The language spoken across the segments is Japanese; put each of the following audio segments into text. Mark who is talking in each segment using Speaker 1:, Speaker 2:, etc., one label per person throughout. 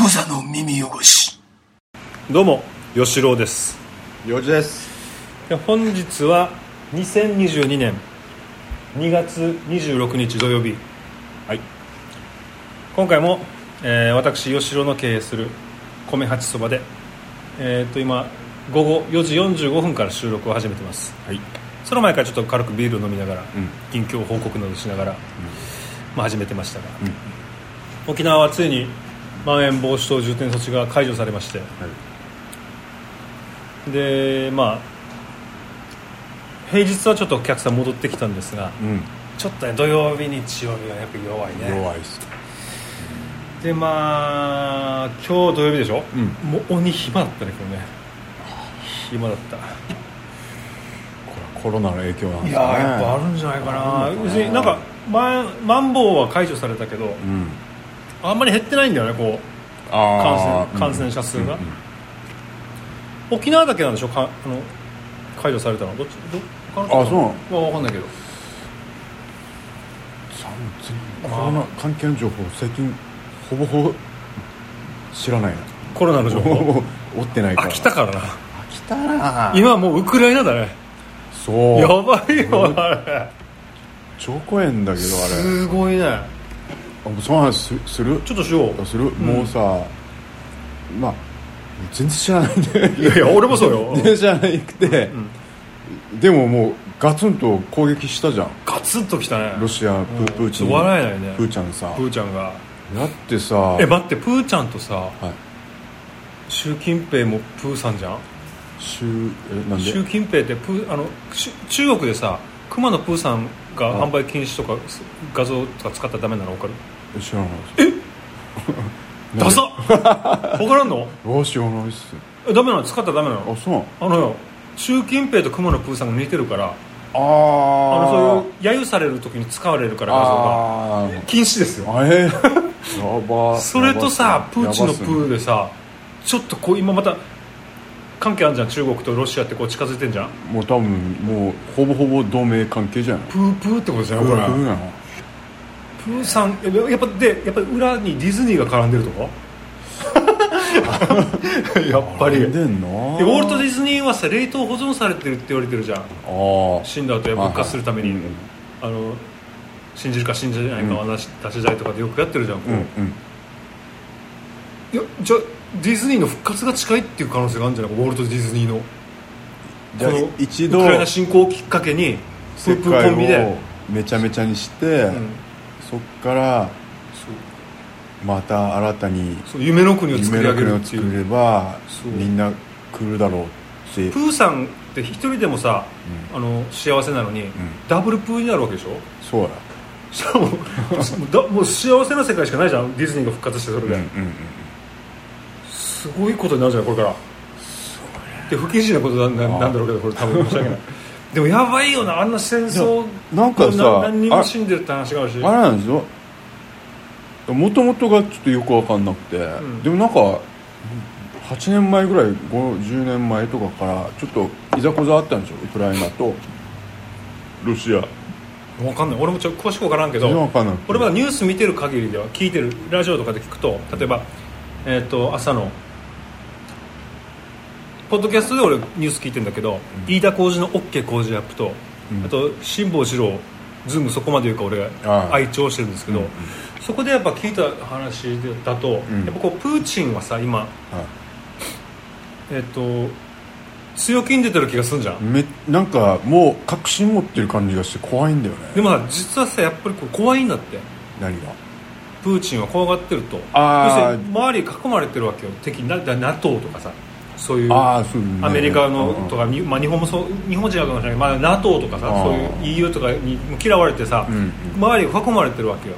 Speaker 1: 無座の耳汚し
Speaker 2: どうも吉郎です
Speaker 3: 4時です
Speaker 2: いや本日は2022年2月26日土曜日はい今回も、えー、私吉郎の経営する米八そばでえっ、と今午後4時45分から収録を始めてます
Speaker 3: はい
Speaker 2: その前からちょっと軽くビールを飲みながら、
Speaker 3: ん
Speaker 2: 近況報告などしながら、まあ、始めてましたが、沖縄はついにまん延防止等重点措置が解除されまして、でまあ平日はちょっとお客さん戻ってきたんですが
Speaker 3: うん
Speaker 2: ちょっとね土曜日日曜日はやっぱ弱いね
Speaker 3: 弱いっす
Speaker 2: でまあ今日土曜日でしょ、
Speaker 3: うん
Speaker 2: もう鬼暇だったね今日ね暇だった
Speaker 3: コロナの影響なん
Speaker 2: い
Speaker 3: です
Speaker 2: や
Speaker 3: かね
Speaker 2: ーやっぱあるんじゃないか
Speaker 3: ある
Speaker 2: な
Speaker 3: のかな
Speaker 2: 別になんかまんまん防は解除されたけど
Speaker 3: うん
Speaker 2: あんまり減ってないんだよねこう感
Speaker 3: あ
Speaker 2: 染
Speaker 3: ー
Speaker 2: 感染者数が、
Speaker 3: うんうん
Speaker 2: 沖縄だけなんでしょかあの解除されたのどっちど他のとこ
Speaker 3: あそうなの
Speaker 2: は分かんないけど
Speaker 3: さん全然コロナ関係の情報最近ほぼほぼ知らないな
Speaker 2: コロナの情
Speaker 3: ほぼ
Speaker 2: 報
Speaker 3: ほぼ追ってないから
Speaker 2: 飽きたからな
Speaker 3: 飽きたな
Speaker 2: 今もうウクライナだね
Speaker 3: そう
Speaker 2: やばいよあれ
Speaker 3: 超怖いんだけどあれ
Speaker 2: すごいね
Speaker 3: あその話すする
Speaker 2: ちょっとしよう
Speaker 3: する、もうさまあ全然知らないんで
Speaker 2: いやいや俺もそう よ
Speaker 3: 全然知らないくて、でももうガツンと攻撃したじゃん
Speaker 2: ガツンときたね
Speaker 3: ロシアプープーチ
Speaker 2: ちょっ
Speaker 3: ン
Speaker 2: と笑えないね
Speaker 3: プーちゃんさ
Speaker 2: プーちゃんが
Speaker 3: だってさ
Speaker 2: え待ってプーちゃんとさ、
Speaker 3: はい
Speaker 2: 習近平もプーさんじゃん
Speaker 3: 週えなんで
Speaker 2: 習近平ってプーあのし中国でさ熊野プーさんが販売禁止とかす画像とか使ったらダメなの分かる
Speaker 3: え知ら ないですえ
Speaker 2: ダサ分からんの
Speaker 3: わ知らないっす
Speaker 2: えダメなの使ったらダメな
Speaker 3: あ
Speaker 2: の
Speaker 3: そうなの
Speaker 2: あのよ習近平と熊野プーさんが似てるから
Speaker 3: あ
Speaker 2: あ
Speaker 3: あ
Speaker 2: のそういう揶揄される時に使われるから画像が
Speaker 3: あー
Speaker 2: 禁止ですよ
Speaker 3: あれ やば
Speaker 2: それと
Speaker 3: やば
Speaker 2: さ
Speaker 3: っす
Speaker 2: プ
Speaker 3: ね
Speaker 2: ーチンのプ
Speaker 3: やばっ
Speaker 2: ーでさちょっとこう今また関係あるじゃん中国とロシアってこう近づいてんじゃん
Speaker 3: すねもう多分もうほぼほぼ同盟関係じゃない
Speaker 2: プープーってことじゃんこれ
Speaker 3: プーなの
Speaker 2: プーさんやっぱでやっぱり裏にディズニーが絡んでるとか やっぱり
Speaker 3: 絡ん
Speaker 2: で
Speaker 3: でんの
Speaker 2: ウォルト・ディズニーはさ冷凍保存されてるって言われてるじゃん
Speaker 3: あー
Speaker 2: 死んだ後や復活するために、
Speaker 3: はいはい
Speaker 2: あの信じるか信じないかは出し出し合いとかでよくやってるじゃん、こ
Speaker 3: う
Speaker 2: うん
Speaker 3: うん
Speaker 2: いやじゃあディズニーの復活が近いっていう可能性があるんじゃないかウォルト・ディズニーの
Speaker 3: じゃあ
Speaker 2: この
Speaker 3: 一度
Speaker 2: ウクライナ侵攻をきっかけにプ
Speaker 3: 世
Speaker 2: ープー
Speaker 3: 界
Speaker 2: コンビで
Speaker 3: を、めちゃめちゃにして、
Speaker 2: うん
Speaker 3: そっから
Speaker 2: そう
Speaker 3: また新たに
Speaker 2: そう夢の国を作
Speaker 3: 夢
Speaker 2: り上げ
Speaker 3: の国
Speaker 2: る
Speaker 3: を
Speaker 2: ってい
Speaker 3: 作
Speaker 2: う
Speaker 3: れば
Speaker 2: そう
Speaker 3: みんな来るだろうって
Speaker 2: プーさんって一人でもさ、あの幸せなのに、ダブルプーになるわけでしょ
Speaker 3: そうや
Speaker 2: し かももうだもう幸せな世界しかないじゃんディズニーが復活してそれで、すごいことになるじゃないこれからで不謹慎なことなんだなんだろうけどこれ多分申し訳ない でもやばいよなあんな戦争
Speaker 3: なんかさ
Speaker 2: な何人も死んでるって話があるし
Speaker 3: あれなんですよもともとがちょっとよく分かんなくて、
Speaker 2: ん
Speaker 3: でもなんか8年前ぐらい50年前とかからちょっといざこざあったんですよウクライナとロシア
Speaker 2: 分かんない俺もちょっと詳しく分からんけ
Speaker 3: 全然分
Speaker 2: ど
Speaker 3: かんなくて
Speaker 2: 俺はニュース見てる限りでは聞いてるラジオとかで聞くと例えば、えー、と朝のポッドキャストで俺ニュース聞いてんだけど、飯田浩司の OK 工事アップと、あと辛坊治郎ズームそこまで言うか俺
Speaker 3: ああ
Speaker 2: 愛聴してるんですけど、そこでやっぱ聞いた話だと、
Speaker 3: ん
Speaker 2: やっぱこうプーチンはさ今、えっ、と強気に出てる気がするじゃん、
Speaker 3: めなんかもう確信持ってる感じがして怖いんだよね
Speaker 2: でもさ実はさやっぱりこう怖いんだって
Speaker 3: 何が
Speaker 2: プーチンは怖がってると要す
Speaker 3: あー
Speaker 2: るに周りに囲まれてるわけよ敵なだ NATO とかさそういう
Speaker 3: ああそう、ね、
Speaker 2: アメリカの
Speaker 3: うんうん
Speaker 2: とか、にまあ、日本もそう日本人はかもしれないけど、まあ、NATO とかさ
Speaker 3: あー
Speaker 2: そういう EU とかに嫌われてさ、
Speaker 3: うんうん
Speaker 2: 周りに囲まれてるわけよ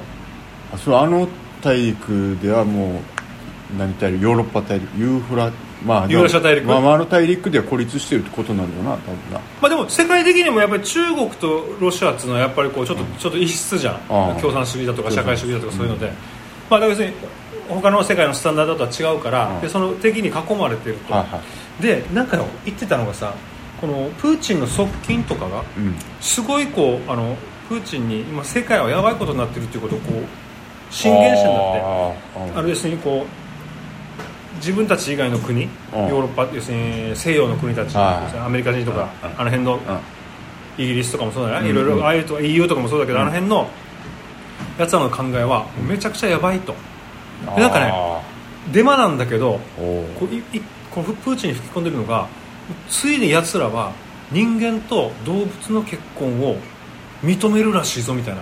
Speaker 3: あそうあの大陸ではもう何大陸ヨーロッパ大陸ユーフラまあ
Speaker 2: ユーラシア大陸
Speaker 3: まあ、まああの大陸では孤立してるってことなんだよな多分な
Speaker 2: まあ、でも世界的にもやっぱり中国とロシアっていうのはやっぱりこうちょっと、ちょっと異質じゃん
Speaker 3: ああ
Speaker 2: 共産主義だとか社会主義だとかそういうので、まあ、だから要するに他の世界のスタンダードとは違うから、
Speaker 3: うん
Speaker 2: でその敵に囲まれてると、
Speaker 3: はいは
Speaker 2: でなんか言ってたのがさこのプーチンの側近とかが
Speaker 3: い、うん、
Speaker 2: すごいこうあのプーチンに今世界はやばいことになってるっていうことをこう進言してんだって
Speaker 3: あー
Speaker 2: あの要するにこう自分たち以外の国、ヨーロッパ要するに西洋の国たち、
Speaker 3: はい
Speaker 2: アメリカ人とか、
Speaker 3: うん
Speaker 2: あの辺の、イギリスとかもそうだよね、いろいろああいうと EU とかもそうだけど、あの辺のやつらの考えはめちゃくちゃやばいと
Speaker 3: で
Speaker 2: なんかねデマなんだけど
Speaker 3: おお
Speaker 2: こういいこのプーチンに吹き込んでるのがついにやつらは人間と動物の結婚を認めるらしいぞみたいな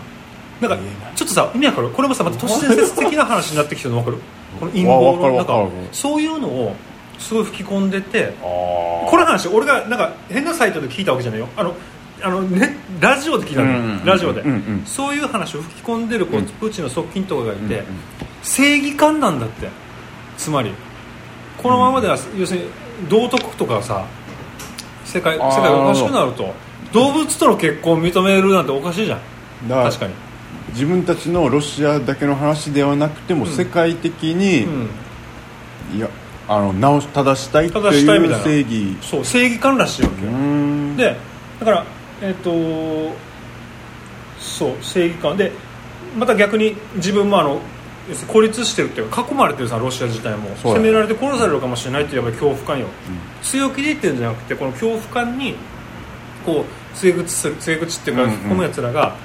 Speaker 2: なんか
Speaker 3: 言えない
Speaker 2: ちょっとさ意味わかるこれもさまた都市伝説的な話になってきてるの分かるこの陰謀
Speaker 3: わ
Speaker 2: 論な
Speaker 3: わ
Speaker 2: ん
Speaker 3: かるわ
Speaker 2: か
Speaker 3: かる
Speaker 2: そういうのをすごい吹き込んでて
Speaker 3: あー
Speaker 2: この話俺がなんか変なサイトで聞いたわけじゃないよあのあの、ね、ラジオで聞いたのよ、
Speaker 3: うんうんうん
Speaker 2: ラジオで、
Speaker 3: うんうん
Speaker 2: そういう話を吹き込んでるこう
Speaker 3: うん
Speaker 2: プーチンの側近とかがいて、
Speaker 3: うんうん
Speaker 2: 正義感なんだってつまりこのままでは、要するに道徳とかさ世界世
Speaker 3: あー
Speaker 2: 界がおかしくなると動物との結婚を認めるなんておかしいじゃん
Speaker 3: だら
Speaker 2: 確かに、
Speaker 3: 自分たちのロシアだけの話ではなくても、
Speaker 2: うん
Speaker 3: 世界的に、
Speaker 2: うん、
Speaker 3: いやあの直し正したいって
Speaker 2: 正したいみ
Speaker 3: い
Speaker 2: たいな
Speaker 3: う正義
Speaker 2: そう正義感らしいわけ
Speaker 3: う
Speaker 2: よ、
Speaker 3: ーん
Speaker 2: でだからえっ、とそう正義感でまた逆に自分もあの要するに孤立してるっていうか囲まれてるさロシア自体も
Speaker 3: そ
Speaker 2: 攻
Speaker 3: うだね
Speaker 2: められて殺されるかもしれないっていうやっぱり恐怖感よ、強気で言ってるんじゃなくてこの恐怖感にこう杖口する杖口っていうか
Speaker 3: うんうん
Speaker 2: 引っ込むやつらが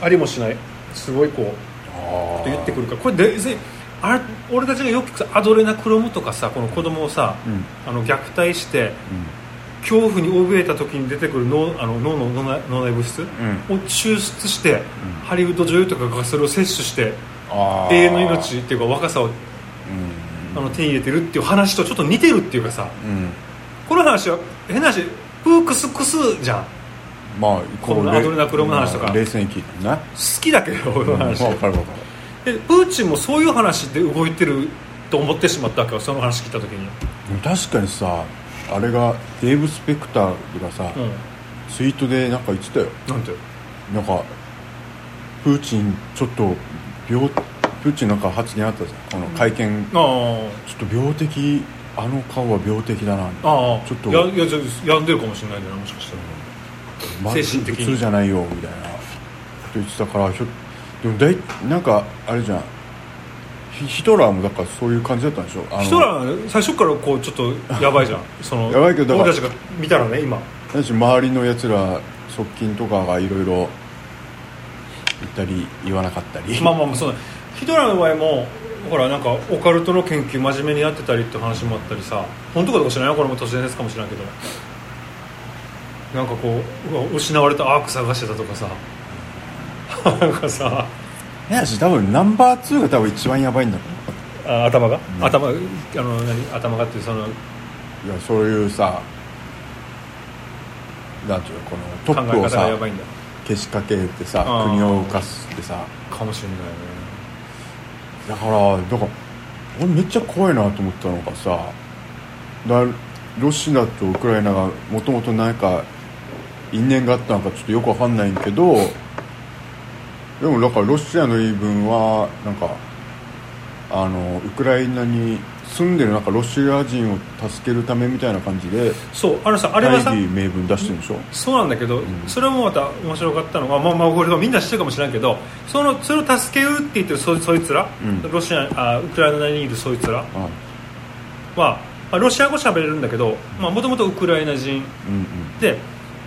Speaker 2: ありもしないすごいこう
Speaker 3: あ
Speaker 2: と
Speaker 3: ー
Speaker 2: 言ってくるからこれでぜあれ俺たちがよくさアドレナクロムとかさこの子供をさ、
Speaker 3: うん
Speaker 2: あの虐待して恐怖に怯えた時に出てくる脳あの脳の脳内脳内物質を
Speaker 3: う
Speaker 2: 抽出して、ハリウッド女優とかがそれを摂取して
Speaker 3: あー
Speaker 2: 永遠の命っていうか若さをあの手に入れてるっていう話とちょっと似てるっていうかさ
Speaker 3: うん、うん、
Speaker 2: この話は変な話プークスクスじゃん
Speaker 3: まあ
Speaker 2: この
Speaker 3: れ
Speaker 2: アドレナクロムの話とか
Speaker 3: まあ冷静に聞いてね
Speaker 2: 好きだけどこの
Speaker 3: まあわ
Speaker 2: 話、
Speaker 3: かるわか
Speaker 2: でプーチンもそういう話で動いてると思ってしまったわけよその話聞いた時に、
Speaker 3: るでも確かにさあれがデーブ・スペクターがさ、
Speaker 2: うん、
Speaker 3: ツイートでなんか言ってたよ
Speaker 2: なんて
Speaker 3: なんかプーチンちょっと病プーチンなんか発言あったじゃんこの会見、ちょ
Speaker 2: あ
Speaker 3: っと病的あの顔は病的だな
Speaker 2: あああ
Speaker 3: ちょっと
Speaker 2: やいやちょっとやんでるかもしれないんだよなもしかしたら
Speaker 3: ま
Speaker 2: 精神的に
Speaker 3: 普通じゃないよみたいなこと言ってたからひょでもだいなんかあれじゃんヒヒトラーもだからそういう感じだったんでしょあの
Speaker 2: ヒトラーは最初からこうちょっとやばいじゃんその
Speaker 3: やばいけどだ
Speaker 2: 俺
Speaker 3: から
Speaker 2: たちが見たらね今
Speaker 3: だし周りのやつら側近とかがいろいろ言ったり言わなかったり
Speaker 2: まあまあまあそうだヒトラーの場合もほらなんかオカルトの研究真面目にやってたりって話もあったりさ本当かどうか知らないよこれも都市伝説かもしれないけどなんかこううわ失われたアーク探してたとかさなんかさ
Speaker 3: いやし多分ナンバー2が多分一番やばいんだろ
Speaker 2: あ頭が、
Speaker 3: うん
Speaker 2: 頭あの何頭がっていうその
Speaker 3: ういやそういうさなんていうのこのト
Speaker 2: 考
Speaker 3: ッ
Speaker 2: え
Speaker 3: プ
Speaker 2: 方
Speaker 3: を
Speaker 2: が
Speaker 3: さ
Speaker 2: やばいんだ
Speaker 3: けしかけてさ
Speaker 2: あー
Speaker 3: 国を動かすってさ
Speaker 2: かもしれないね
Speaker 3: だからだから俺めっちゃ怖いなと思ったのがさだロシアとウクライナがもともと何か因縁があったのかちょっとよくわかんないんけどでもだからロシアの言い分はなんかあのウクライナに住んでるなんかロシア人を助けるためみたいな感じで
Speaker 2: そうあのさあれは
Speaker 3: 大
Speaker 2: さ
Speaker 3: 義名分出してるんでしょ
Speaker 2: そうなんだけど、
Speaker 3: ん
Speaker 2: それもまた面白かったのが、まあ、まあこれはみんな知ってるかもしれないけどそのそれを助けるって言ってるそそいつら、
Speaker 3: うん
Speaker 2: ロシアあウクライナにいるそいつら
Speaker 3: あ
Speaker 2: は、まあ、ロシア語喋れるんだけどもともとウクライナ人
Speaker 3: うんうん
Speaker 2: で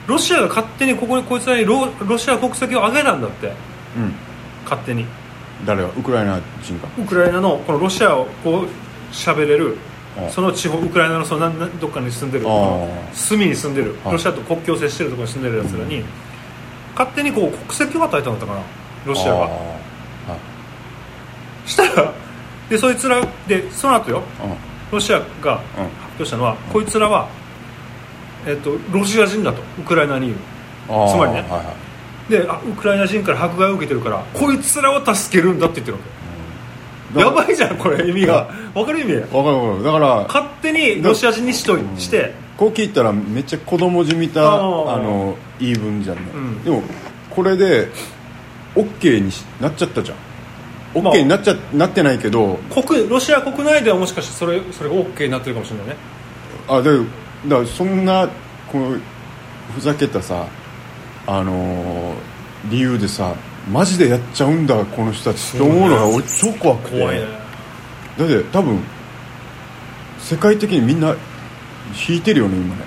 Speaker 2: ロシアが勝手にここにこいつらにロロシア国籍を上げたんだって
Speaker 3: うん
Speaker 2: 勝手に
Speaker 3: 誰がウクライナ人か
Speaker 2: ウクライナのこのロシアをこう喋れる
Speaker 3: あ
Speaker 2: その地方ウクライナのそのななどっかに住んでる
Speaker 3: あー
Speaker 2: 隅に住んでる
Speaker 3: はい
Speaker 2: ロシアと国境を接してるところに住んでるやつらに勝手にこう国籍を与えたんだったかなロシア
Speaker 3: あ
Speaker 2: がしたらでそいつらでその後よ
Speaker 3: ーうん
Speaker 2: ロシアが
Speaker 3: うん
Speaker 2: 発表したのはこいつらは、えっとロシア人だとウクライナにいる
Speaker 3: あー
Speaker 2: つまりね
Speaker 3: はいはい
Speaker 2: であウクライナ人から迫害を受けてるからこいつらを助けるんだって言ってるわけやばいじゃんこれ意味がわかる意味
Speaker 3: わかるわかるだから
Speaker 2: 勝手にロシア人にしといして
Speaker 3: こう聞いたらめっちゃ子供じみた
Speaker 2: あ
Speaker 3: あ
Speaker 2: ー
Speaker 3: の言い分じゃんね、
Speaker 2: うん
Speaker 3: でもこれで OK にしなっちゃったじゃん
Speaker 2: まあ
Speaker 3: OK になっちゃ、なってないけど
Speaker 2: 国ロシア国内ではもしかしてそれそれが OK になってるかもしれないね
Speaker 3: あでだからそんなこうふざけたさあのー理由でさマジでやっちゃうんだこの人たちって思うのが俺超怖くて
Speaker 2: 怖いね
Speaker 3: だって多分世界的にみんな引いてるよね今ね、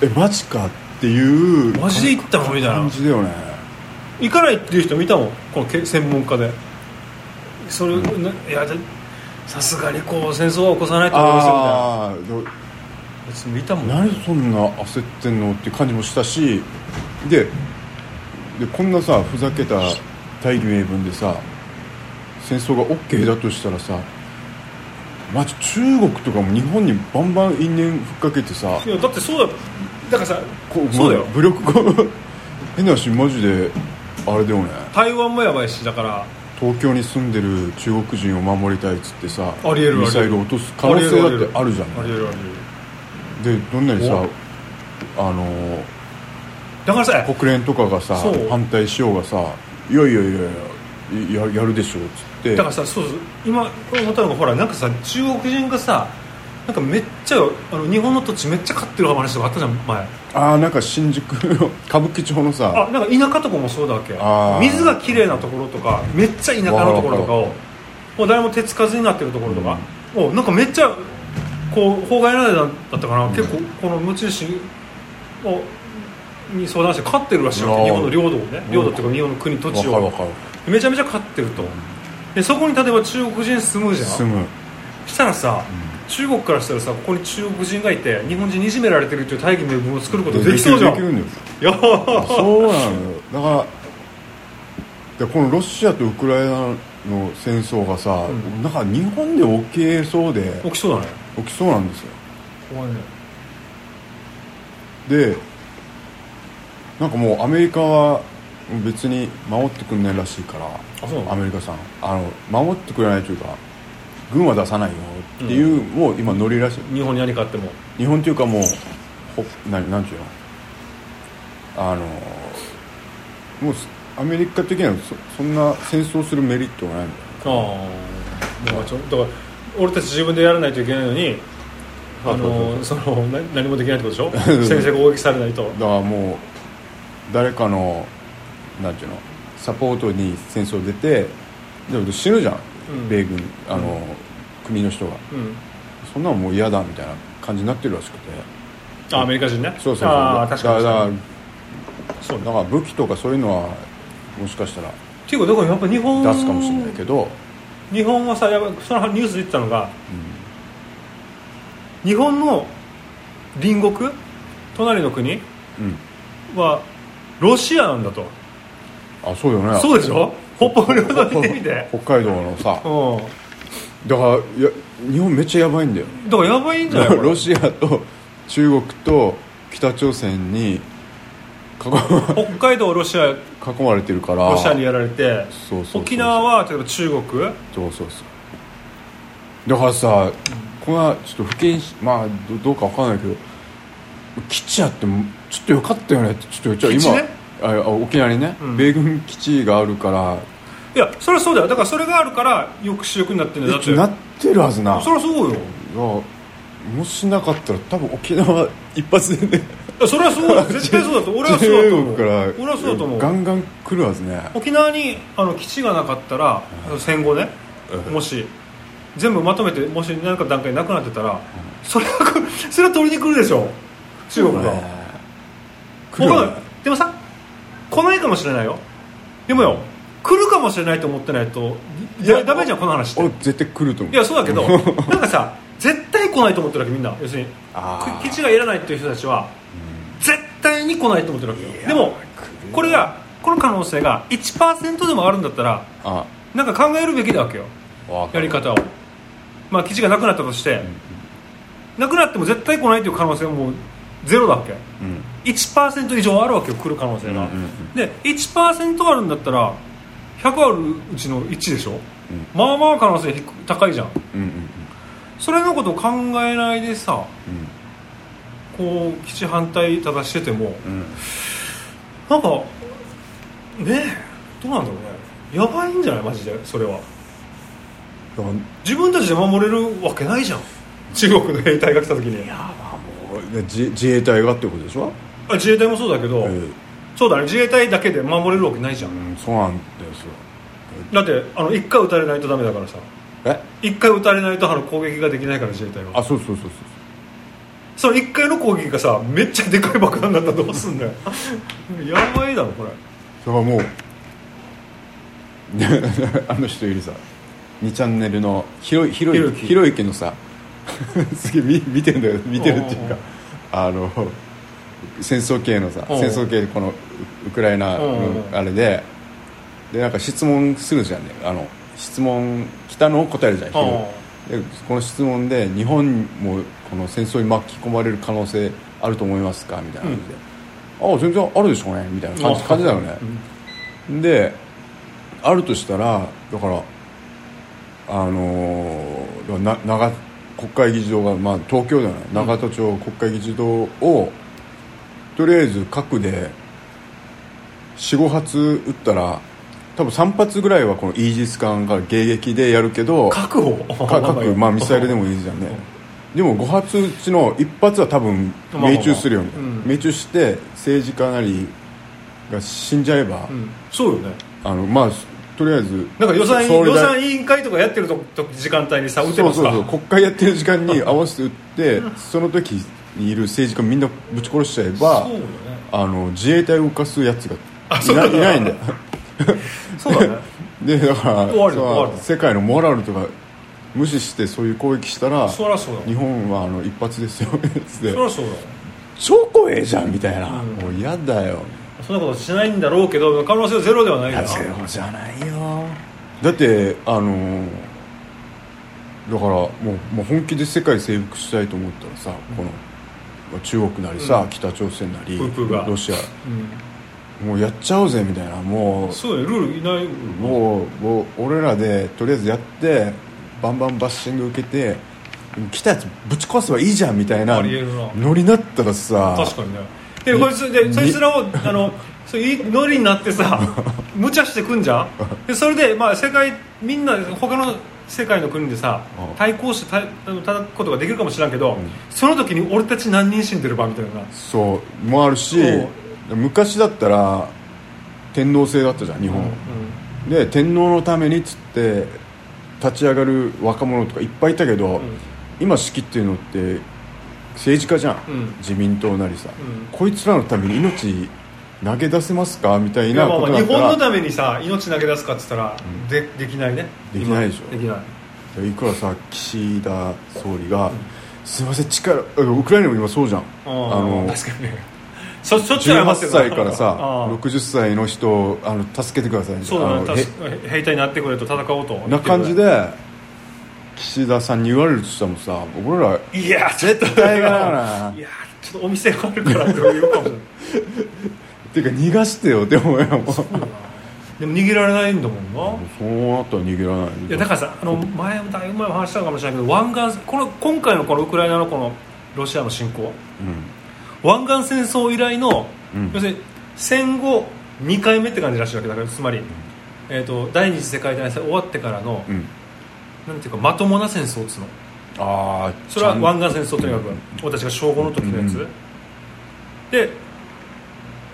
Speaker 3: えマジかっていう
Speaker 2: マジで行ったのみたいな
Speaker 3: 感じだよね
Speaker 2: 行かないっていう人もいたもんこのけ専門家でそれ、ねいやでさすがにこう戦争は起こさないと思いますよみたいな
Speaker 3: ああー
Speaker 2: やつもいたもん
Speaker 3: 何そんな焦ってんのって感じもしたしででこんなさふざけた大義名分でさ戦争が OK だとしたらさまず中国とかも日本にバンバン因縁ふっかけてさ
Speaker 2: いやだってそうだだからさ
Speaker 3: こう
Speaker 2: そうだよ
Speaker 3: まあ武力が変な話マジであれだよね
Speaker 2: 台湾もやばいしだから
Speaker 3: 東京に住んでる中国人を守りたいっつってさ
Speaker 2: ありえるありえる
Speaker 3: ミサイル落とす可能性だってあるじゃん
Speaker 2: ありえるありえる
Speaker 3: でどんなにさ
Speaker 2: お
Speaker 3: あの
Speaker 2: だからさ
Speaker 3: 国連とかがさ
Speaker 2: そう
Speaker 3: 反対しようがさ「いやいやいやいやややるでしょ」っつって
Speaker 2: だからさそうそう今思ったのがほらなんかさ中国人がさなんかめっちゃあの日本の土地めっちゃ買ってる話とかあったじゃん前
Speaker 3: ああなんか新宿の 歌舞伎町のさ
Speaker 2: あなんか田舎とかもそうだわけ
Speaker 3: あー
Speaker 2: 水がきれいなところとかめっちゃ田舎のところとかをもう誰も手つかずになってるところとか、をなんかめっちゃこう法外な値段だったかな、結構この持ち主をに相談して買ってるらしいわ
Speaker 3: い
Speaker 2: け
Speaker 3: やー
Speaker 2: 日本の領土をね領土っていうか日本の国土
Speaker 3: わか
Speaker 2: 地
Speaker 3: るわ
Speaker 2: を
Speaker 3: かる
Speaker 2: めちゃめちゃ買ってるとでそこに例えば中国人住むじゃん
Speaker 3: 住む
Speaker 2: したらさ、中国からしたらさここに中国人がいて日本人にいじめられてるっていう大義名分を作ることできそうじゃん
Speaker 3: できるんだよ
Speaker 2: いやー
Speaker 3: そうなのよだからでこのロシアとウクライナの戦争がさ、
Speaker 2: ん
Speaker 3: なんか日本で起きそうで
Speaker 2: 起きそうだね
Speaker 3: 起きそうなんですよ
Speaker 2: 怖いね
Speaker 3: でなんかもうアメリカは別に守ってくんないらしいから
Speaker 2: あそうなの
Speaker 3: アメリカさんあの守ってくれないというか軍は出さないよっていう、もう今ノリらしい
Speaker 2: 日本に何かあっても
Speaker 3: 日本というかもうほ何何ていうのあのもうすアメリカ的にはそそんな戦争するメリットがないんだよ
Speaker 2: ああだからちょだから俺たち自分でやらないといけないのにあのそのな何もできないってことでしょ先生が攻撃されないと
Speaker 3: だからもう誰かのなんていうのサポートに戦争出てでも死ぬじゃん、
Speaker 2: うん
Speaker 3: 米軍あの、国の人が
Speaker 2: うん
Speaker 3: そんなのもう嫌だみたいな感じになってるらしくて
Speaker 2: あアメリカ人ね
Speaker 3: そうそうそう
Speaker 2: ああ確かに
Speaker 3: だから
Speaker 2: そう
Speaker 3: だ
Speaker 2: ね
Speaker 3: から武器とかそういうのはもしかしたら
Speaker 2: っていうかだからやっぱ日本
Speaker 3: 出すかもしれないけど、
Speaker 2: 日本はさやっぱそのニュースで言ってたのが
Speaker 3: う
Speaker 2: 日本の隣国隣の国
Speaker 3: んうん、
Speaker 2: はロシアなんだと
Speaker 3: あそうよね
Speaker 2: そうでしょ北方領土見てみて
Speaker 3: 北北海道のさ
Speaker 2: うん
Speaker 3: だからいや日本めっちゃやばいんだよ
Speaker 2: だからやばいんじゃない
Speaker 3: ロシアと中国と北朝鮮に囲ま
Speaker 2: 北海道ロシア
Speaker 3: 囲まれてるから
Speaker 2: ロシアにやられて
Speaker 3: そうそうそう
Speaker 2: 沖縄は例えば中国
Speaker 3: そうそうそうだからさこんなちょっと不謹慎まあどどうかわかんないけど基地あってもちょっとよかったよねってちょっとじゃあ
Speaker 2: 基地
Speaker 3: 今、
Speaker 2: ね
Speaker 3: ああ沖縄にね、
Speaker 2: うん
Speaker 3: 米軍基地があるから
Speaker 2: いやそれはそうだよだからそれがあるから抑止力になってんだよだって
Speaker 3: なってるはずな
Speaker 2: そりゃそうよ
Speaker 3: いやもしなかったら多分沖縄一発でね
Speaker 2: いやそれはそうだよ絶対そうだと俺はそうだと思う
Speaker 3: 中国から
Speaker 2: 俺はそうだと思う
Speaker 3: ガンガン来るはずね
Speaker 2: 沖縄にあの基地がなかったら戦後ね
Speaker 3: うん
Speaker 2: もし全部まとめてもし何か段階なくなってたらそれは それは取りに来るでしょ中国が、
Speaker 3: 来る
Speaker 2: わ
Speaker 3: よ
Speaker 2: かんないでもさ来ないかもしれないよでもよ来るかもしれないと思ってないといやダメじゃんこの話って
Speaker 3: 俺絶対来ると思う
Speaker 2: いやそうだけどなんかさ絶対来ないと思ってるわけみんな要するに
Speaker 3: あー
Speaker 2: 基地がいらないっていう人たちは絶対に来ないと思ってるわけよでもこれがこの可能性が1%でもあるんだったら
Speaker 3: あ
Speaker 2: なんか考えるべきだわけよ
Speaker 3: わか
Speaker 2: や
Speaker 3: る
Speaker 2: り方をまあ基地がなくなったとしてなくなっても絶対来ないという可能性はもうゼロだわけ
Speaker 3: うん
Speaker 2: 1%以上あるわけよ来る可能性が、
Speaker 3: うんうんうん
Speaker 2: で1%あるんだったら100あるうちの1でしょ、まあまあ可能性低高いじゃん
Speaker 3: うんうん
Speaker 2: それのことを考えないでさ
Speaker 3: うん
Speaker 2: こう基地反対ただしてても
Speaker 3: うんうん
Speaker 2: なんかねえどうなんだろうねやばいんじゃないマジでそれは
Speaker 3: だから
Speaker 2: 自分たちで守れるわけないじゃん中国の兵隊が来た時に
Speaker 3: もう自自衛隊がってことでしょ、
Speaker 2: あ自衛隊もそうだけど、
Speaker 3: え
Speaker 2: そうだね自衛隊だけで守れるわけないじゃん
Speaker 3: えうんそうなんですよ
Speaker 2: だってあの1回撃たれないとダメだからさ
Speaker 3: え
Speaker 2: 一回撃たれないとあの攻撃ができないから自衛隊は
Speaker 3: あそうそうそうそう
Speaker 2: その一回の攻撃がさめっちゃでかい爆弾だったらどうすんだよ やばいだろこれ
Speaker 3: だからもう あの人よりさ2チャンネルのひろひろゆき
Speaker 2: ひ
Speaker 3: ひ
Speaker 2: ろ
Speaker 3: ろゆきのさ すげえ見見てるんだよ見てるっていうかあの戦争系のさ
Speaker 2: うん
Speaker 3: 戦争系このウウクライナ
Speaker 2: うん
Speaker 3: のあれででなんか質問するじゃんねあの質問来たのを答えるじゃんひろでこの質問で日本もこの戦争に巻き込まれる可能性あると思いますかみたいな感じで、ああ全然あるでしょうねみたいな感じ
Speaker 2: あ
Speaker 3: 感じだよね、であるとしたらだからあのーだからな長国会議事堂が、まあ、東京だよね永田町国会議事堂をとりあえず核で45発撃ったら多分3発ぐらいはこのイージス艦が迎撃でやるけど
Speaker 2: 確保
Speaker 3: か各、まあ、ミサイルでもいいじゃんねでも5発うちの1発は多分
Speaker 2: まあまあ
Speaker 3: 命中するよみたいな、
Speaker 2: うん
Speaker 3: 命中して政治家なりが死んじゃえば、
Speaker 2: うんそうよね
Speaker 3: あのまあとりあえず
Speaker 2: なんか予算
Speaker 3: 総理
Speaker 2: 予
Speaker 3: 大
Speaker 2: 算委員会とかやってるとと時間帯にさ打てますか
Speaker 3: そうそうそう国会やってる時間に合わせて打ってその時にいる政治家みんなぶち殺しちゃえば
Speaker 2: そうよね
Speaker 3: あの自衛隊を動かすやつが
Speaker 2: あ
Speaker 3: いないいな いんだよ
Speaker 2: そう だね
Speaker 3: でだから
Speaker 2: 終わる
Speaker 3: そ
Speaker 2: 終わる
Speaker 3: の世界のモラルとか無視してそういう攻撃したら
Speaker 2: そりゃそうだ
Speaker 3: 日本はあの一 発ですよつって
Speaker 2: そりゃそうだ
Speaker 3: 超怖えじゃんみたいな、
Speaker 2: うん
Speaker 3: もう嫌だよ
Speaker 2: そんなことしないんだろうけど可能性はゼロではないよな
Speaker 3: じゃないよだってあのーだからもうもう本気で世界征服したいと思ったらさ、このまあ中国なりさ、
Speaker 2: うん
Speaker 3: 北朝鮮なり
Speaker 2: プープーが
Speaker 3: ロシ
Speaker 2: うん
Speaker 3: アもうやっちゃおうぜみたいなもう
Speaker 2: そうだよルールいないも
Speaker 3: もうもう俺らでとりあえずやってバンバンバッシング受けて来たやつぶち壊せばいいじゃんみたいな
Speaker 2: ありえるな
Speaker 3: ノリになったらさ
Speaker 2: 確かにねでこいつで
Speaker 3: に
Speaker 2: そいつらをあのそういノリになって さ無茶してくんじゃんでそれで、まあ、世界みんな他の世界の国でさ
Speaker 3: うん
Speaker 2: 対抗してたあの叩くことができるかもしれんけど、
Speaker 3: ん
Speaker 2: その時に俺たち何人死んでるばみたいな
Speaker 3: そうもあるし昔だったら天皇制だったじゃん日本、
Speaker 2: う
Speaker 3: で天皇のためにっつって立ち上がる若者とかいっぱいいたけど、
Speaker 2: んうん
Speaker 3: 今式っていうのって政治家じゃん、
Speaker 2: うん
Speaker 3: 自民党なりさ、
Speaker 2: ん
Speaker 3: こいつらのために命投げ出せますかみたい
Speaker 2: いや
Speaker 3: な
Speaker 2: まあ
Speaker 3: こ
Speaker 2: ま
Speaker 3: と
Speaker 2: あ
Speaker 3: だ
Speaker 2: 日
Speaker 3: った
Speaker 2: 本
Speaker 3: ら
Speaker 2: のためにさ命投げ出すかって言ったら、でできないね
Speaker 3: できないでしょ
Speaker 2: 今できない
Speaker 3: いくらさ岸田総理が、すいません力あのウクライナも今そうじゃんあの
Speaker 2: 確かに ねそそっちはやば
Speaker 3: 18
Speaker 2: っよな
Speaker 3: 歳からさ
Speaker 2: ああ
Speaker 3: 60歳の人をあの助けてください
Speaker 2: そうだ
Speaker 3: あ
Speaker 2: ね
Speaker 3: の
Speaker 2: 確か兵隊になってくれと戦おうと
Speaker 3: な感じで岸田さんに言われるとしてもさ俺 ら
Speaker 2: いや絶
Speaker 3: 絶対嫌だな
Speaker 2: いやちょっとお店があるからって言う かもしれない
Speaker 3: っていうか逃がしてよって思うよもうそう
Speaker 2: でも逃げられないんだもんな
Speaker 3: なったら逃げられない
Speaker 2: いやだからさあの前もだいぶ前も話したかもしれないけど湾岸この今回のこのウクライナのこのロシアの侵攻湾岸戦争以来の、
Speaker 3: うん
Speaker 2: 要するに戦後2回目って感じらしいわけだからつまり、えー、と第二次世界大戦終わってからの、
Speaker 3: うん、うん、
Speaker 2: なんていうかまともな戦争っつうの
Speaker 3: ああ
Speaker 2: それは湾
Speaker 3: 岸
Speaker 2: 岸戦争とにかく俺たちが小5の時のやつ、
Speaker 3: うん
Speaker 2: で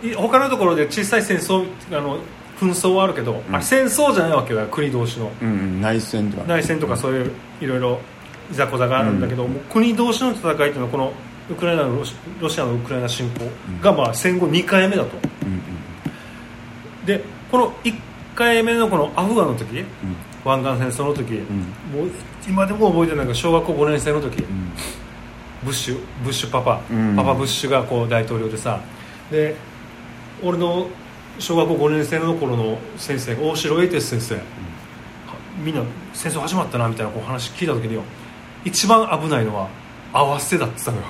Speaker 2: い他のところで小さい戦争あの紛争はあるけど、
Speaker 3: うん
Speaker 2: あれ戦争じゃないわけだよ国同士の
Speaker 3: うん、うん、内戦とかね
Speaker 2: 内戦とかそういういろいろいざこざがあるんだけど、もう国同士の戦いっていうのはこのウクライナのロシロシアのウクライナ侵攻がまあ戦後2回目だと
Speaker 3: うんうん
Speaker 2: でこの1回目のこのアフガンの時
Speaker 3: うん
Speaker 2: 湾岸戦争の時、
Speaker 3: うん
Speaker 2: もう今でも覚えてるんだけど小学校5年生の時、
Speaker 3: うん
Speaker 2: ブッシュブッシュパパ、
Speaker 3: うん
Speaker 2: パパブッシュがこう大統領でさで俺の小学校5年生の頃の先生大城英哲先生、みんな戦争始まったなみたいなこう話聞いた時によ一番危ないのは合わせだって言って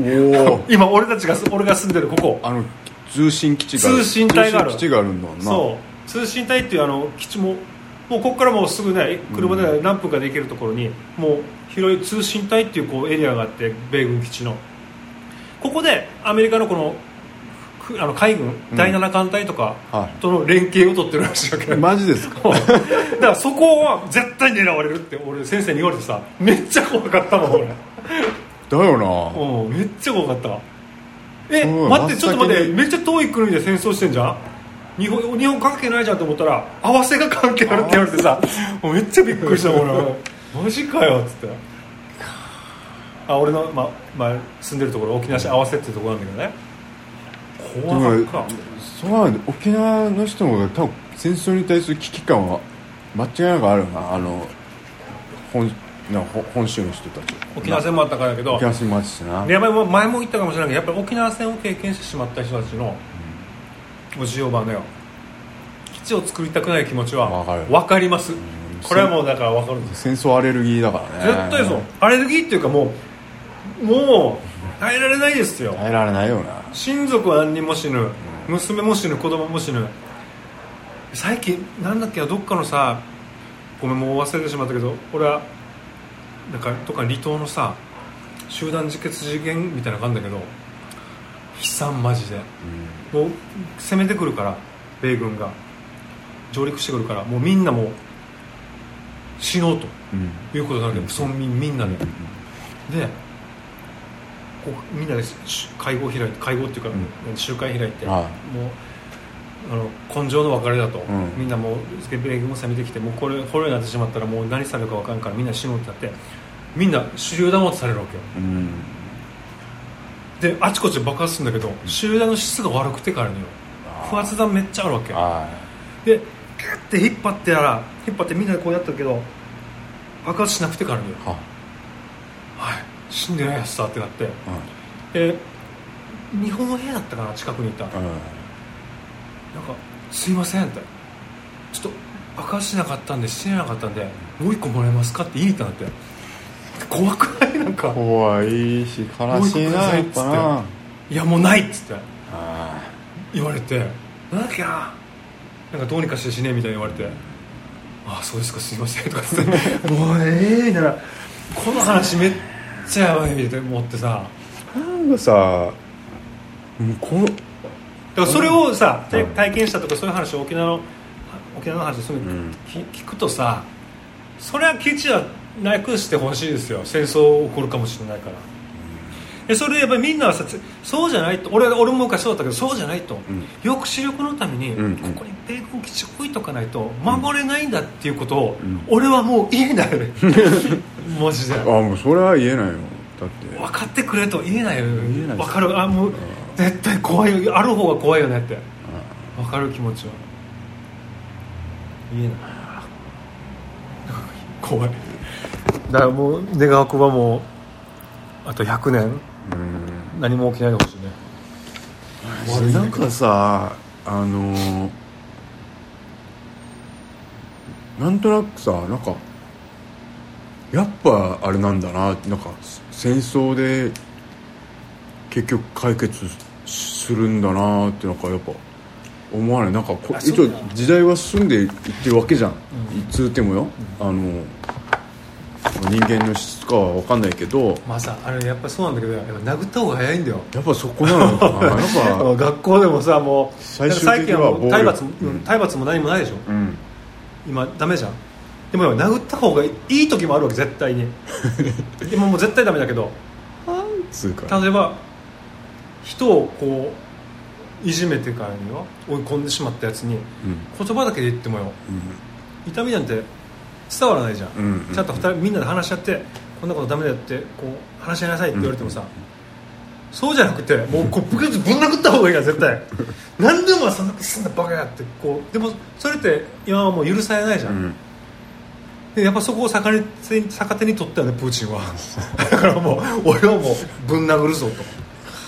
Speaker 2: たのよ
Speaker 3: おお
Speaker 2: 今俺たちが俺が住んでるここ
Speaker 3: あの通信基地がある
Speaker 2: 通信帯がある
Speaker 3: 通信基地があるんだもんな
Speaker 2: そう通信帯っていうあの基地ももうここからもうすぐね車で何分かで行けるところに、もう広い通信帯っていうこうエリアがあって米軍基地のここでアメリカのこのくあの海軍、
Speaker 3: うん
Speaker 2: 第7艦隊とか
Speaker 3: は
Speaker 2: との連携を取ってるらしいわけ、 だか
Speaker 3: マジですから
Speaker 2: そこは絶対狙われるって俺先生に言われてさめっちゃ怖かったもん俺
Speaker 3: だよ
Speaker 2: うんめっちゃ怖かったえ
Speaker 3: うん
Speaker 2: 待ってちょっと待っ
Speaker 3: 真っ
Speaker 2: て
Speaker 3: 先に
Speaker 2: めっちゃ遠い国で戦争してんじゃん日本日本関係ないじゃんと思ったら合わせが関係あるって言われてさもうめっちゃびっくりしたもん俺マジかよっつってあ俺の、ままあ、住んでるところ沖縄市合わせっていうところなんだけどね怖かった
Speaker 3: そうなんで沖縄の人も多分戦争に対する危機感は間違いなくあるよなあの本なほ本州の人たち
Speaker 2: 沖縄戦もあったからだけど
Speaker 3: 沖縄戦もあったしな、
Speaker 2: で前も前も言ったかもしれないけどやっぱり沖縄戦を経験してしまった人たちのおじいおばあのよ基地を作りたくない気持ちは
Speaker 3: わかる
Speaker 2: 分かりますこれはもうだから分かるんです
Speaker 3: 戦争アレルギーだからね
Speaker 2: 絶対そうアレルギーっていうかもうもう耐えられないですよ
Speaker 3: 耐えられないよな
Speaker 2: 親族は何人も死ぬ娘も死ぬ子供も死ぬ最近なんだっけなどっかのさごめんもう忘れてしまったけど俺はなんかとか離島のさ集団自決事件みたいなのがあるんだけど悲惨マジでもう攻めてくるから米軍が上陸してくるからもうみんなもう死のうと
Speaker 3: うん、うん
Speaker 2: いうことなんで村民みんなで、でこうみんなでし会合開いて会合っていうか、
Speaker 3: う
Speaker 2: 集会開いて、
Speaker 3: はい
Speaker 2: もうあの根性の別れだと、
Speaker 3: ん
Speaker 2: みんなもうスケベーグも攻めてきてもうこれ捕虜になってしまったらもう何されるか分からんからみんな死ぬってなってみんな手榴弾持ってされるわけよ
Speaker 3: うん
Speaker 2: であちこちで爆発するんだけど手榴弾の質が悪くてからのよ不発弾めっちゃあるわけよ
Speaker 3: は
Speaker 2: でキュッて引っ張ってやら引っ張ってみんなでこうやったけど爆発しなくてからのよ
Speaker 3: いは
Speaker 2: はい死んでないやつだってなってで日本の部屋だったかな近くにいたなんか
Speaker 3: うんうん
Speaker 2: 「すいません」って「ちょっと明かしてなかったんでしてなかったんでもう一個もらえますか?」って言いに行ったんだって怖くないなんか
Speaker 3: 怖いし悲しいな
Speaker 2: もう一個ください
Speaker 3: や
Speaker 2: っつって
Speaker 3: っぱな
Speaker 2: 「いやもうない」っつって
Speaker 3: あ
Speaker 2: 言われて「なんだっけな」なんかどうにかして死ねみたいに言われて「ああそうですかすいません」とかっつって「もうええ」なら「この話めっちゃやばい」みたいな思ってさ
Speaker 3: ーなんかさもうこの
Speaker 2: だからそれをさ、
Speaker 3: うん
Speaker 2: 体体験したとかそういう話を沖縄の沖縄の話をする、
Speaker 3: うん
Speaker 2: き聞くとさそれは基地はなくしてほしいですよ戦争起こるかもしれないから、でそれでやっぱりみんなはさつそうじゃないと俺俺も昔そうだったけどそうじゃないと、
Speaker 3: ん
Speaker 2: 抑止力のために、
Speaker 3: うんうん
Speaker 2: ここに米軍基地置いとかないと守れないんだっていうことを、
Speaker 3: ん
Speaker 2: 俺はもう言え ないマジで
Speaker 3: あもうそれは言えないよだって
Speaker 2: 分かってくれと言えないよ
Speaker 3: 言えないで
Speaker 2: 分
Speaker 3: す
Speaker 2: かるあもう絶対怖いよある方が怖いよねって分かる気持ちは言えない 怖いだからもう願わくばもうあと100年
Speaker 3: うん
Speaker 2: 何も起きないでほしいね悪い
Speaker 3: なんかさあのーなんとなくさなんかやっぱあれなんだななんか戦争で結局解決するんだなってなんかやっぱ思わないなんかこ
Speaker 2: あ
Speaker 3: 一
Speaker 2: そう
Speaker 3: 応
Speaker 2: だな
Speaker 3: 時代は進んでいってるわけじゃん、いつでもよ、あの人間の質かは分かんないけど
Speaker 2: まあさあれやっぱそうなんだけどやっぱ殴った方が早いんだよ
Speaker 3: やっぱそこなのかなやっぱ
Speaker 2: 学校でもさもう
Speaker 3: 最終
Speaker 2: 最
Speaker 3: 的に
Speaker 2: 近
Speaker 3: は
Speaker 2: は
Speaker 3: 暴
Speaker 2: もう
Speaker 3: 力
Speaker 2: 体罰も
Speaker 3: うん
Speaker 2: 体罰も何もないでしょ
Speaker 3: うん
Speaker 2: 今ダメじゃんでもやっぱ殴った方がいい時もあるわけ絶対にでももう絶対ダメだけど
Speaker 3: つうか
Speaker 2: 例えば人をこういじめてからには追い込んでしまったやつに
Speaker 3: うん
Speaker 2: 言葉だけで言ってもよ
Speaker 3: う
Speaker 2: 痛みなんて伝わらないじゃん、
Speaker 3: んうんうん
Speaker 2: ちゃんと二人みんなで話し合ってこんなことダメだよってこう話し合いなさいって言われてもさ、そうじゃなくてもうコップケースぶん殴った方がいいから絶 対何でもそんなすんなバカやってこうでもそれって今はもう許されないじゃん、
Speaker 3: ん
Speaker 2: でやっぱそこを逆手に逆手に取ったよねプーチンは だからもう俺はもうぶん殴るぞ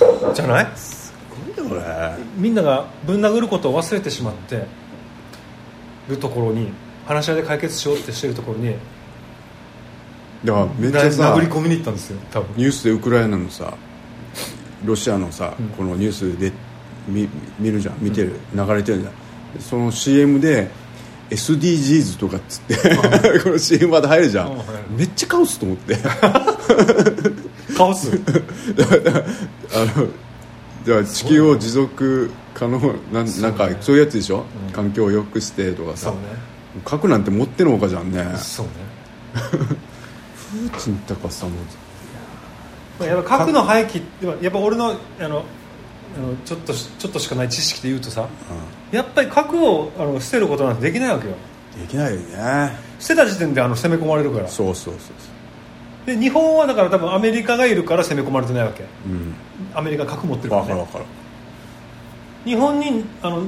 Speaker 2: とじゃない
Speaker 3: これ
Speaker 2: みんながぶん殴ることを忘れてしまってるところに話し合いで解決しようってしてるところに
Speaker 3: だからめっちゃ
Speaker 2: な
Speaker 3: さ
Speaker 2: 殴り込みに行ったんですよ多分
Speaker 3: ニュースでウクライナのさロシアのさ、
Speaker 2: うん
Speaker 3: このニュースで見見るじゃん見てる、流れてるじゃんでその CM で SDGs とかっつって この CM まで入るじゃん、
Speaker 2: うん入る
Speaker 3: めっちゃカオスと思ってあ
Speaker 2: カオス
Speaker 3: のじゃあ地球を持続可能なん,、なんかそういうやつでしょ、
Speaker 2: うん
Speaker 3: 環境を良くしてとか
Speaker 2: そ
Speaker 3: さ
Speaker 2: うね
Speaker 3: 核なんて持ってのほかじゃんね
Speaker 2: そうね
Speaker 3: プーチンとかさもう
Speaker 2: やっぱ核の廃棄ではやっぱ俺のあのあのちょっとしちょっとしかない知識で言うとさやっぱり核をあの捨てることなんてできないわけよ
Speaker 3: できないよね
Speaker 2: 捨てた時点であの攻め込まれるから
Speaker 3: そうそうそうそ
Speaker 2: で日本はだから多分アメリカがいるから攻め込まれてないわけ
Speaker 3: ううん
Speaker 2: アメリカ核持ってるか
Speaker 3: 分
Speaker 2: ら、
Speaker 3: かる分
Speaker 2: ね、
Speaker 3: かる
Speaker 2: 日本にあの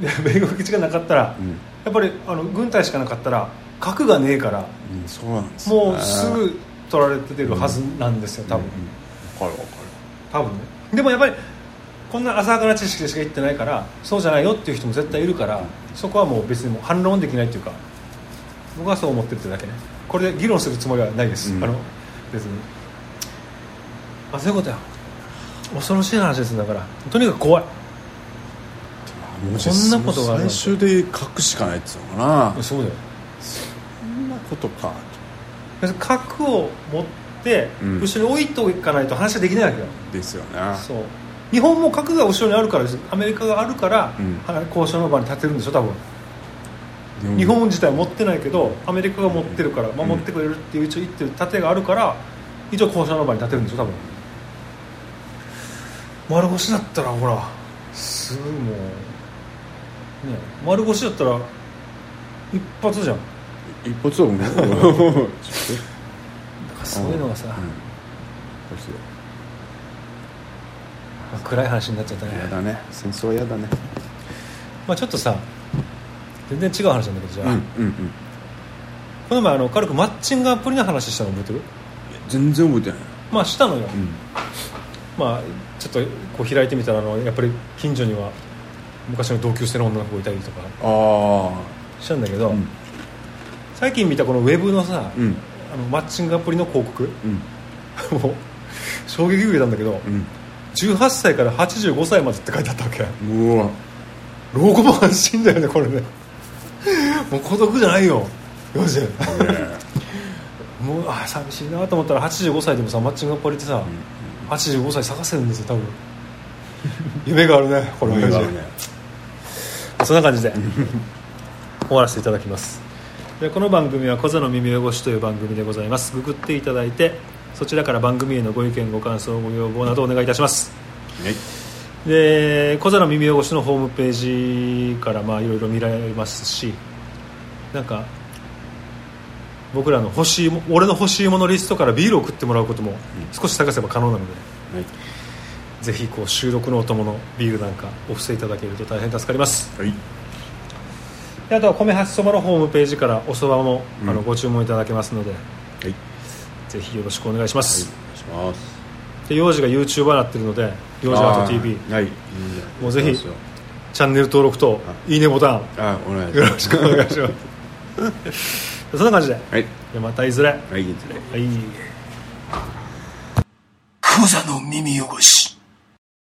Speaker 2: 米国基地がなかったら、
Speaker 3: うん、
Speaker 2: やっぱりあの軍隊しかなかったら核がねえから
Speaker 3: うん、そうなんですね
Speaker 2: もうすぐ取られてるはずなんですよ多分、
Speaker 3: うん分かる分か
Speaker 2: 多分ねでもやっぱりこんな浅はかな知識でしか言ってないからそうじゃないよっていう人も絶対いるからそこはもう別にもう反論できないっていうか僕はそう思ってるってだけねこれで議論するつもりはないです、
Speaker 3: うん
Speaker 2: あの別にあそういうことや恐ろしい話ですだからとにかく怖い
Speaker 3: る
Speaker 2: こんなことがあるなんて
Speaker 3: 最終で書くしかないっつうのかな
Speaker 2: そうだよ
Speaker 3: そんなことか
Speaker 2: 別に核を持って
Speaker 3: うん
Speaker 2: 後ろに置いておかないと話はできないわけよ、
Speaker 3: ですよね
Speaker 2: そう日本も核が後ろにあるからですアメリカがあるから、
Speaker 3: うん
Speaker 2: は交渉の場に立てるんでしょ多分
Speaker 3: でも
Speaker 2: 日本自体持ってないけどアメリカが持ってるから守ってくれるっていう一応言ってる盾があるから一応交渉の場に立てるんでしょ多分丸腰だったらほらすぐもうね丸腰だったら一発じゃん
Speaker 3: 一発はもうち
Speaker 2: な
Speaker 3: ょっ
Speaker 2: んか
Speaker 3: と
Speaker 2: そういうのがさ、
Speaker 3: んそう
Speaker 2: まあ暗い話になっちゃったね
Speaker 3: やだね戦争はやだね
Speaker 2: まあちょっとさ全然違う話なんだけどじ
Speaker 3: う
Speaker 2: ゃ
Speaker 3: ん
Speaker 2: あ、
Speaker 3: うんうん
Speaker 2: この前あの軽くマッチングアプリの話したの覚えてる
Speaker 3: 全然覚えてない
Speaker 2: まあしたのよ、
Speaker 3: うん
Speaker 2: まあ、ちょっとこう開いてみたらあのやっぱり近所には昔の同級生の女の子がいたりとか
Speaker 3: あ
Speaker 2: したんだけ
Speaker 3: あ
Speaker 2: ど、
Speaker 3: うん
Speaker 2: 最近見たこのウェブのさ、
Speaker 3: うん
Speaker 2: あのマッチングアプリの広告
Speaker 3: うん
Speaker 2: もう衝撃受けたんだけど18歳から85歳までって書いてあったわけ
Speaker 3: うん うわ
Speaker 2: 老後も安心だよねこれねもう孤独じゃないよよし
Speaker 3: ね
Speaker 2: もうあー寂しいなと思ったら85歳でもさマッチングアプリってさ、85歳探せるんですよ多分夢があるねこれ
Speaker 3: これが
Speaker 2: 親父
Speaker 3: ね
Speaker 2: そんな感じで終わらせていただきますでこの番組は「小座の耳汚し」という番組でございますググっていただいてそちらから番組へのご意見ご感想ご要望などお願いいたしますで小座の耳汚しのホームページからまあいろいろ見られますしなんか僕らの欲しいも俺の欲しいものリストからビールを送ってもらうことも少し探せば可能なので、
Speaker 3: はい
Speaker 2: ぜひこう収録のお供のビールなんかお布施いただけると大変助かります
Speaker 3: はい
Speaker 2: であとは米八そばのホームページからおそばも、
Speaker 3: うん
Speaker 2: あのご注文いただけますので
Speaker 3: はい
Speaker 2: ぜひよろしくお願いします、
Speaker 3: お願いします
Speaker 2: で幼児が YouTuber になってるので幼児アート TV
Speaker 3: はいいいね
Speaker 2: もうぜひ
Speaker 3: そうですよ
Speaker 2: チャンネル登録といいねボタン
Speaker 3: あお願いし
Speaker 2: よ
Speaker 3: ま
Speaker 2: ろしくお願いします そんな感じです
Speaker 3: はい
Speaker 2: でまたいずれは
Speaker 3: はいいいですね
Speaker 2: い
Speaker 3: クザの耳汚し